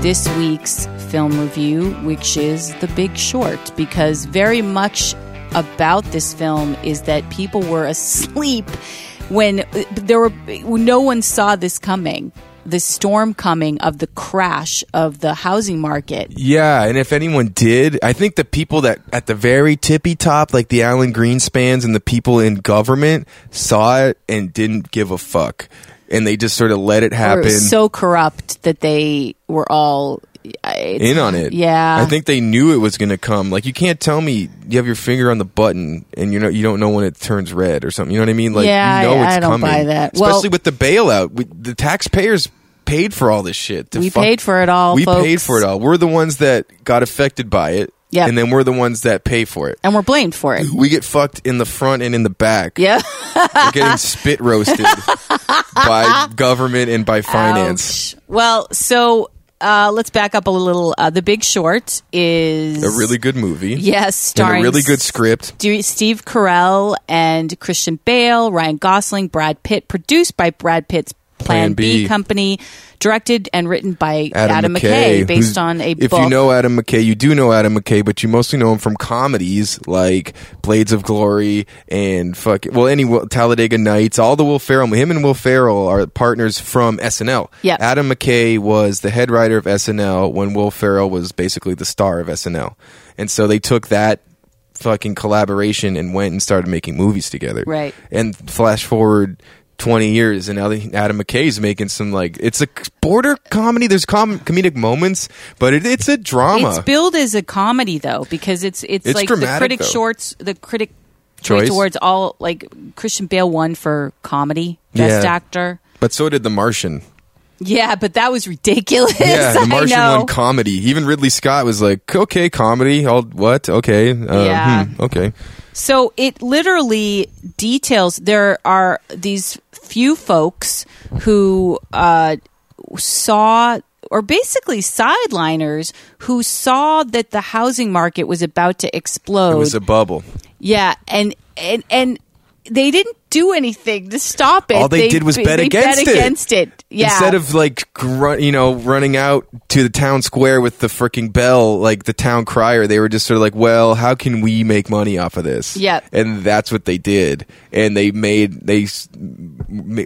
this week's film review, which is The Big Short, because very much about this film is that people were asleep when there were no one saw this coming the storm coming of the crash of the housing market. Yeah, and if anyone did, I think the people that at the very tippy top, like the Alan Greenspans and the people in government, saw it and didn't give a fuck, and they just sort of let it happen. They were so corrupt that they were all in on it. Yeah, I think they knew it was going to come. Like you can't tell me you have your finger on the button and you know you don't know when it turns red or something. You know what I mean? Like yeah, you know I, it's I don't coming. buy that. Well- Especially with the bailout, we, the taxpayers paid for all this shit. to We fuck- paid for it all, We folks. paid for it all. We're the ones that got affected by it. Yep. and then we're the ones that pay for it. and we're blamed for it. We get fucked in the front and in the back. Yeah. We're getting spit roasted by government and by finance. Ouch. Well, so uh, let's back up a little. Uh, the Big Short is A really good movie. yes, and a starring really good script. Stu- Steve Carell and Christian Bale, Ryan Gosling, Brad Pitt, produced by Brad Pitt's Plan, Plan B. B. company, directed and written by Adam, McKay, who's- based on a If book. you know Adam McKay, you do know Adam McKay, but you mostly know him from comedies like Blades of Glory and fuck well, any Will- Talladega Nights, all the Will Ferrell. Him and Will Ferrell are partners from SNL. Yep. Adam McKay was the head writer of SNL when Will Ferrell was basically the star of SNL, and so they took that fucking collaboration and went and started making movies together. Right. And flash forward 20 years, and now the- Adam McKay's making some like it's a border comedy. There's com- comedic moments, but it, it's a drama. it's billed as a comedy though, because it's it's, It's like the dramatic, critic though. shorts, the critic Choice. choice awards, all like Christian Bale won for comedy, best Yeah. actor. but so did The Martian. Yeah, but that was ridiculous. Yeah, The Martian I know. won comedy. Even Ridley Scott was like, "Okay, comedy. I'll what? Okay, uh, Yeah. hmm, okay." So it literally details there are these few folks who uh, saw, or basically sideliners, who saw that the housing market was about to explode. It was a bubble. yeah, and and and they didn't do anything to stop it. All they did was bet they against it. against it. Yeah. Instead of like gr- you know running out to the town square with the freaking bell, like the town crier, they were just sort of like, "Well, how can we make money off of this?" Yep. and that's what they did, and they made they s- m-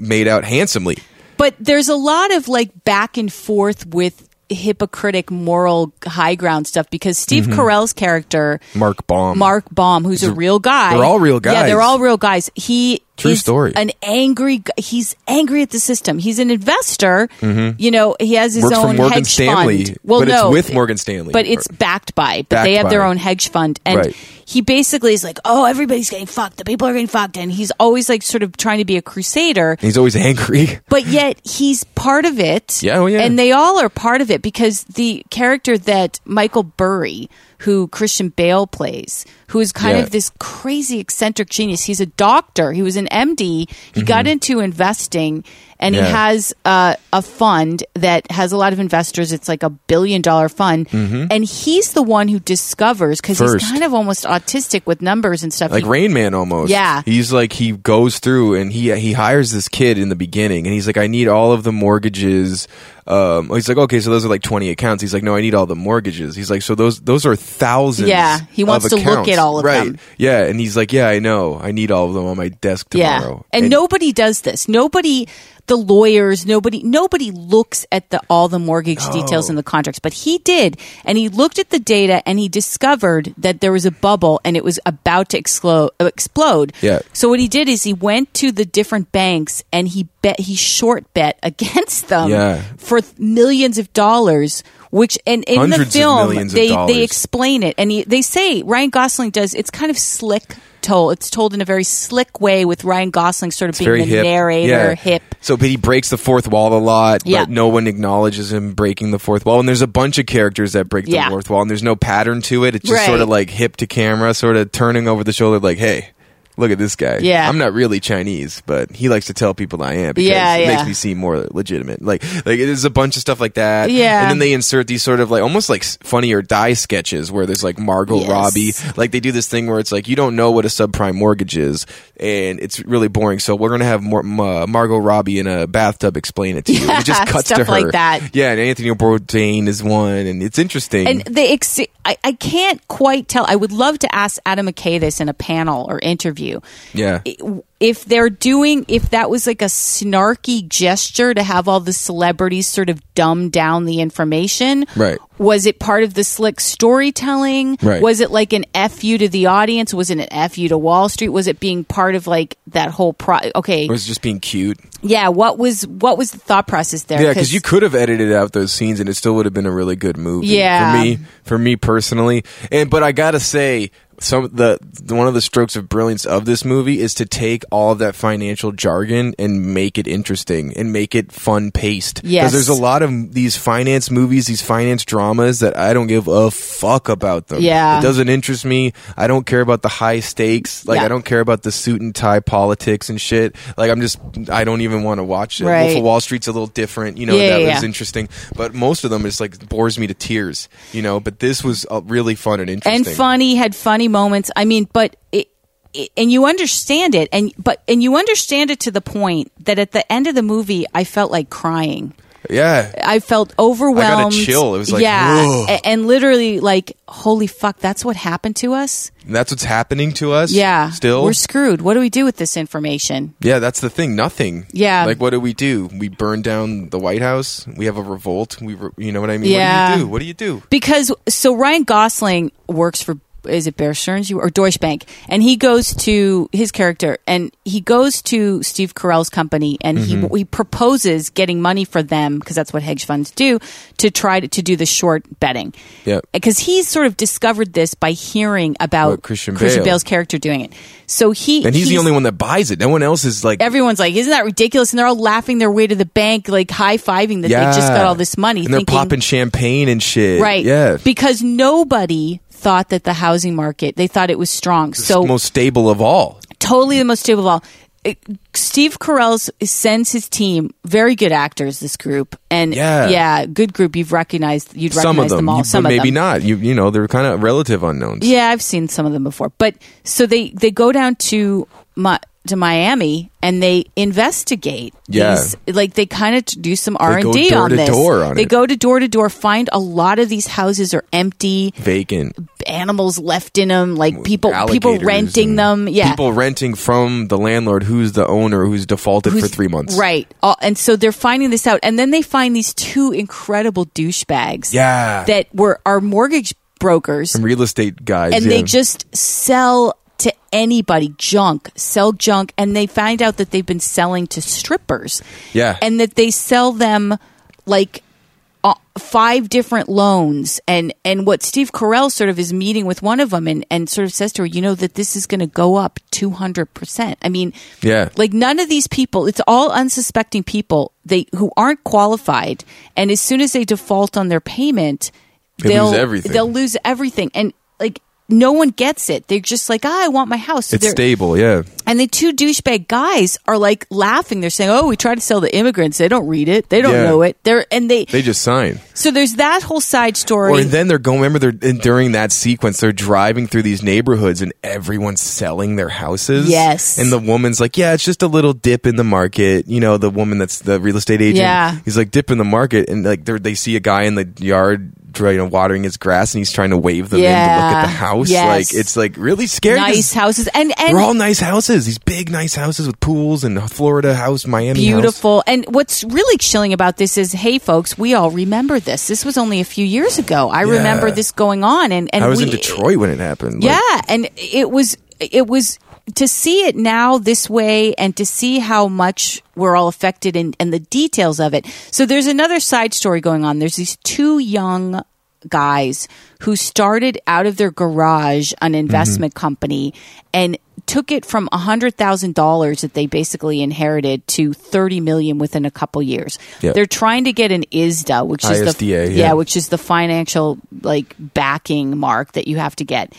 made out handsomely. But there's a lot of like back and forth with hypocritic moral high ground stuff because Steve Mm-hmm. Carell's character Mark Baum. Mark Baum, who's a real guy. they're all real Yeah, they're guys. all real guys. He True is story. An angry. gu- He's angry at the system. He's an investor. You know, he has his Mm-hmm. Works for own Morgan hedge Stanley, fund. Well, but it's no, with Morgan Stanley. But it's backed by. But they Backed have their by. own hedge fund, and Right. he basically is like, "Oh, everybody's getting fucked. The people are getting fucked," and he's always like, sort of trying to be a crusader He's always angry. but yet he's part of it. Yeah, oh, yeah. And they all are part of it because the character that Michael Burry, who Christian Bale plays, who is kind Yeah. of this crazy eccentric genius. He's a doctor. He was an MD. He got into investing, and he Mm-hmm. Yeah. has uh, a fund that has a lot of investors. It's like a billion dollar fund, and he's the one who discovers because he's Mm-hmm. First. kind of almost autistic with numbers and stuff. like He- Rain Man almost. Yeah. he's like he goes through and he he hires this kid in the beginning, and he's like, I need all of the mortgages. Um, he's like, okay, so those are like twenty accounts. He's like, no, I need all the mortgages. He's like, so those those are thousands. Yeah, he of wants to look accounts." at all of right. them. Yeah, and he's like, yeah, I know, I need all of them on my desk tomorrow. And, nobody does this. Nobody, the lawyers, nobody, nobody looks at the all the mortgage details in the contracts. But he did, and he looked at the data, and he discovered that there was a bubble, and it was about to explode. Explode. Yeah. So what he did is he went to the different banks, and he bet he short bet against them Yeah. for th- millions of dollars. Which and in Hundreds the of film millions of they dollars. they explain it and he, they say Ryan Gosling does it's kind of slick told it's told in a very slick way with Ryan Gosling sort of being very the hip. narrator Yeah. hip So, but he breaks the fourth wall a lot. Yeah. But no one acknowledges him breaking the fourth wall. And there's a bunch of characters that break the Yeah. fourth wall, and there's no pattern to it. It's just Right. sort of like hip to camera, sort of turning over the shoulder, like, hey. look at this guy. Yeah. I'm not really Chinese, but he likes to tell people I am because Yeah, it yeah. makes me seem more legitimate. Like, like there's a bunch of stuff like that. Yeah. And then they insert these sort of like almost like s- funny or die sketches where there's like Margot Yes. Robbie. Like they do this thing where it's like you don't know what a subprime mortgage is, and it's really boring. So we're gonna have more, uh, Margot Robbie in a bathtub explain it to you. And it just Yeah, cuts to stuff her. like that. Yeah, and Anthony Bourdain is one, and it's interesting. And the ex- I, I can't quite tell. I would love to ask Adam McKay this in a panel or interview. yeah. If they're doing, if that was like a snarky gesture to have all the celebrities sort of dumb down the information, Right. Was it part of the slick storytelling? Right. Was it like an fu to the audience? Was it an fu to Wall Street? Was it being part of like that whole pro? Okay, Or it's just being cute. yeah. What was what was the thought process there? Yeah, because you could have edited out those scenes, and it still would have been a really good movie. Yeah. for me, for me personally. And but I gotta say, some the the- one of the strokes of brilliance of this movie is to take all of that financial jargon and make it interesting and make it fun paced. Yes. there's a lot of these finance movies, these finance dramas that I don't give a fuck about them. Yeah. it doesn't interest me. I don't care about the high stakes. Like Yeah. I don't care about the suit and tie politics and shit. Like I'm just I don't even want to watch it. Wolf Right. of Wall Street's a little different. You know Yeah, that yeah, was yeah. interesting. But most of them just like bores me to tears, you know. But this was uh, really fun and interesting. and funny had funny moments i mean but it, it and you understand it and but and you understand it to the point that at the end of the movie i felt like crying Yeah, i felt overwhelmed chill. It was like, yeah whoa. A- and literally like holy fuck that's what happened to us And that's what's happening to us. yeah still. we're screwed what do we do with this information yeah, that's the thing. Nothing. Yeah. Like, what do we do? We burn down the White House. We have a revolt. We, re- you know what I mean? Yeah. What do you do? What do you do? because so Ryan Gosling works for is it Bear Stearns you or Deutsche Bank and he goes to his character and he goes to Steve Carell's company and Mm-hmm. he he proposes getting money for them because that's what hedge funds do to try to, to do the short betting Yeah. because he's sort of discovered this by hearing about About Christian Bale. Bale's character doing it so he And he's, the only one that buys it. No one else is like. Everyone's like, isn't that ridiculous? And they're all laughing their way to the bank, like high fiving that yeah. they just got all this money. And they're thinking, popping champagne and shit. Right. Yeah. Because nobody thought that the housing market, they thought it was strong. So most stable of all. totally the most stable of all. It- Steve Carell sends his team, very good actors, this group. And Yeah. good group. You've recognized, you'd Some recognize of them, all. You- some but of maybe them. not. You you know they're kind of relative unknowns. Yeah, I've seen some of them before. But so they, they go down to my, to Miami and they investigate. Yeah. these- like they kind of do some R and They go D door on to this. door on they it. go to door to door, find a lot of these houses are empty. Vacant. animals left in them, like people people alligators renting and them. Yeah, People renting from the landlord who's the owner who's defaulted for three months. right. All, and so they're finding this out, and then they find these two incredible douchebags. Yeah. that were our mortgage brokers, Real estate guys. and yeah. they just sell to anybody junk, sell junk, and they find out that they've been selling to strippers. Yeah. and that they sell them like uh, five different loans and and what Steve Carell sort of is meeting with one of them and and sort of says to her you know that this is going to go up 200%. I mean Yeah. like none of these people it's all unsuspecting people they who aren't qualified and as soon as they default on their payment They will lose everything. they'll lose everything and like no one gets it. They're just like, ah, I want my house. So it's they're- stable. Yeah. and the two douchebag guys are like laughing. They're saying, "Oh, we try to sell the immigrants. They don't read it. They don't Yeah. know it. They're and they, They just sign. so there's that whole side story. Or then they're going. Remember, they're and during that sequence, they're driving through these neighborhoods, and everyone's selling their houses. Yes. and the woman's like, "Yeah, it's just a little dip in the market." You know, the woman that's the real estate agent. Yeah. he's like dip in the market, and like they're- they see a guy in the yard, you know, watering his grass, and he's trying to wave them in to look at Yeah. the house. Yes. Like it's like really scary. 'cause nice houses and and They're all nice houses. These big, nice houses with pools and a Florida house, Miami house. beautiful. And what's really chilling about this is, hey, folks, we all remember this. This was only a few years ago. I remember this going on, and and I was we, in Detroit when it happened. Like, Yeah, and it was it was to see it now this way and to see how much we're all affected and, and the details of it. So there's another side story going on. There's these two young guys who started out of their garage Mm-hmm. an investment company and took it from $100,000 that they basically inherited to 30 million within a couple years. Yep. They're trying to get an ISDA, which is the ISDA, yeah, yeah. which is the financial like backing mark that you have to get.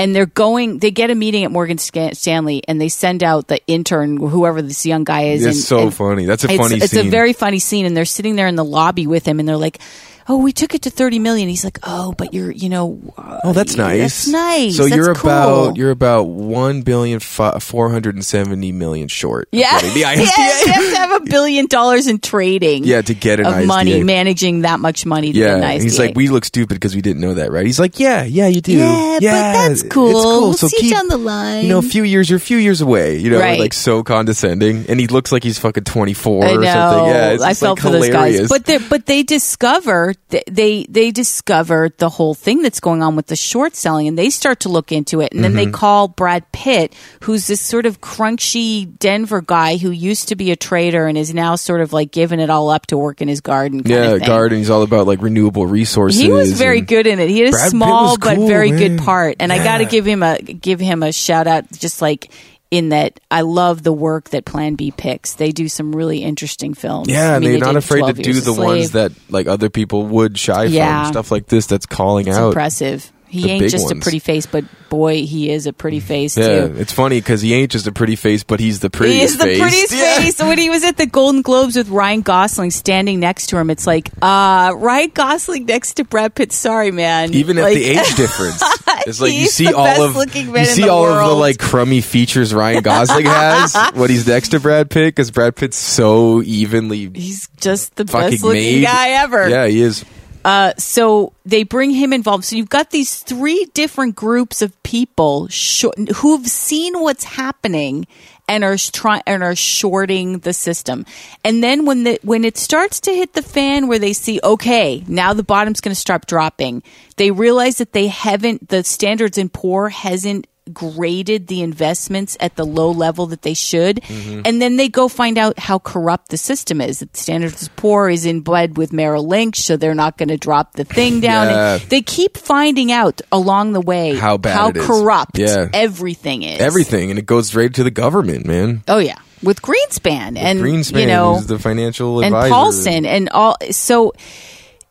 and they're going. They get a meeting at Morgan Sca- Stanley, and they send out the intern, whoever this young guy is. It's and- so and funny. That's a it's, funny It's scene. a very funny scene, and they're sitting there in the lobby with him, and they're like, "Oh, we took it to thirty million. He's like, "Oh, but you're, you know, uh, Oh, that's nice. That's nice. So That's you're cool. about you're about one billion fi- four hundred and seventy million short. of Yeah, getting the ISDA. yes, you have to have a billion dollars in trading. Yeah, to get an of money, ISDA. managing that much money. To Yeah, get an he's ISDA. like, we look stupid because we didn't know that, right? He's like, yeah, yeah, you do. Yeah, but that's it's cool. We'll so see keep, down the line." You know, a few years, you're a few years away. You know, Right. like so condescending, and he looks like he's fucking twenty four I or know. something. Yeah, it's I just, felt like, for those hilarious. guys, but they but they discover th- they they discover the whole thing that's going on with the short selling, and they start to look into it, and then Mm-hmm. they call Brad Pitt, who's this sort of crunchy Denver guy who used to be a trader and is now sort of like giving it all up to work in his garden. Kind yeah, of thing. garden. He's all about like renewable resources. He was very and- good in it. He had a Brad Pitt small was but cool, very man. good part, and I got to Yeah. give him a give him a shout out. Just like in that, I love the work that Plan B picks. They do some really interesting films. Yeah, I mean, they're they not did afraid to 12 do Years a the ones Slave. that like other people would shy Yeah. from. Stuff like this that's calling It's out. impressive. He the ain't big just a ones. Mm-hmm. pretty face, but boy, he is a pretty face Yeah, too. it's funny because he ain't just a pretty face, but he's the prettiest. He is the face. prettiest Yeah. face. When he was at the Golden Globes with Ryan Gosling standing next to him, it's like, uh, Ryan Gosling next to Brad Pitt. Sorry, man. Even at Like- the age difference, it's like you He's see the all best of looking man you in see the all of the world. like crummy features Ryan Gosling has when he's next to Brad Pitt because Brad Pitt's so evenly He's just the fucking best looking made. guy ever. Yeah, he is. Uh, so they bring him involved. So you've got these three different groups of people shor- who've seen what's happening and are trying and are shorting the system. And then when the when it starts to hit the fan, where they see okay, now the bottom's going to start dropping, they realize that they haven't the standards and poor hasn't graded the investments at the low level that they should Mm-hmm. and then they go find out how corrupt the system is that standards is poor is in bed with merrill lynch so they're not going to drop the thing down Yeah. and they keep finding out along the way How bad it is. corrupt Yeah. everything is Everything, and it goes right to the government, man. oh yeah with greenspan and Greenspan, you know who's the financial and advisor. Paulson and all. So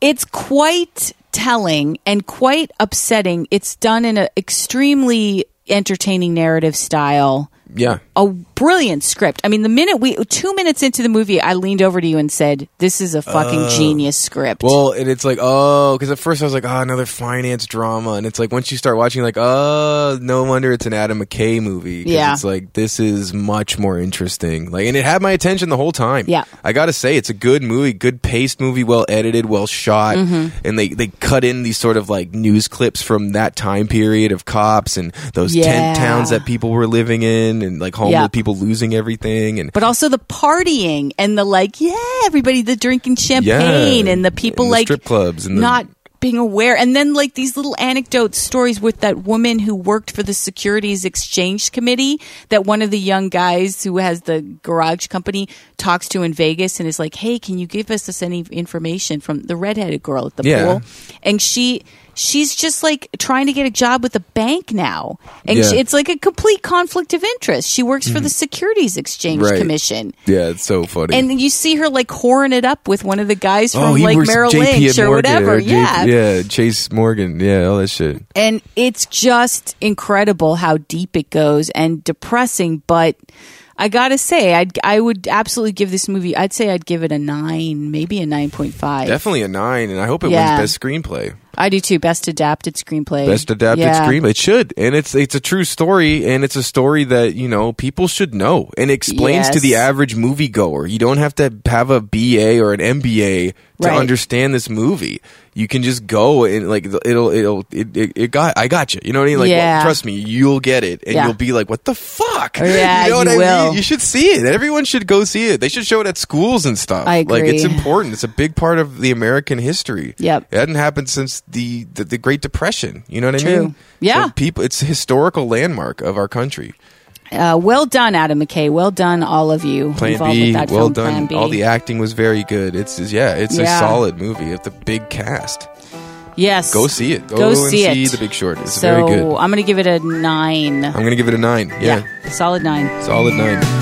it's quite telling and quite upsetting. It's done in an extremely entertaining narrative style. Yeah, A brilliant script. I mean, the minute we two minutes into the movie, I leaned over to you and said, "This is a fucking genius script." Oh. Well, and it's like, oh, because at first I was like, oh, another finance drama, and it's like once you start watching, like, oh, no wonder it's an Adam McKay movie. 'Cause Yeah. it's like this is much more interesting. Like, and it had my attention the whole time. Yeah. I gotta say, it's a good movie, good paced movie, well edited, well shot, Mm-hmm. and they they cut in these sort of like news clips from that time period of cops and those Yeah. tent towns that people were living in, and like homeless Yeah. people losing everything, and but also the partying and the like, yeah, everybody the drinking champagne and the people and the like strip clubs and the- not being aware. And then like these little anecdote stories with that woman who worked for the Securities Exchange Committee that one of the young guys who has the garage company talks to in Vegas and is like, "Hey, can you give us this any information from the redheaded girl at the Yeah. pool?" And she. She's just like trying to get a job with a bank now. And Yeah. Mm-hmm. she, it's like a complete conflict of interest. She works for the Securities Exchange Right. Commission. yeah, it's so funny. And you see her like whoring it up with one of the guys from Oh, he like was Merrill JP at Lynch or Morgan, whatever. or J- yeah. yeah, Chase Morgan, yeah, all that shit. And it's just incredible how deep it goes and depressing, but I got to say I'd I would absolutely give this movie I'd say I'd give it a 9, maybe a 9.5. Definitely a nine, and I hope it Yeah. wins best screenplay, I do too. Best adapted screenplay. best adapted Yeah. screenplay. It should, and it's it's a true story, and it's a story that you know people should know, and explains to Yes. the average moviegoer. You don't have to have a BA or an MBA to Right. understand this movie. You can just go and like it'll it'll it, it, it got I got you. You know what I mean? Like well, Yeah. trust me, you'll get it, and Yeah. you'll be like, what the fuck? Yeah, you know what you I will. mean? You should see it. Everyone should go see it. They should show it at schools and stuff. I Like it's agree. important. It's a big part of the American history. Yep. It hadn't happened since the the, the Great Depression. You know what I True. mean? Yeah. So people, it's a historical landmark of our country. Uh, well done Adam McKay. Well done all of you Plan involved B, with that well film done. Plan B. All the acting was very good. It's it's- yeah, it's Yeah. a solid movie. It's a big cast. yes. Go see it. Go and see it. The Big Short. It's so very good. I'm going to give it a 9. I'm gonna give it a nine. Yeah, yeah. Solid 9. solid nine.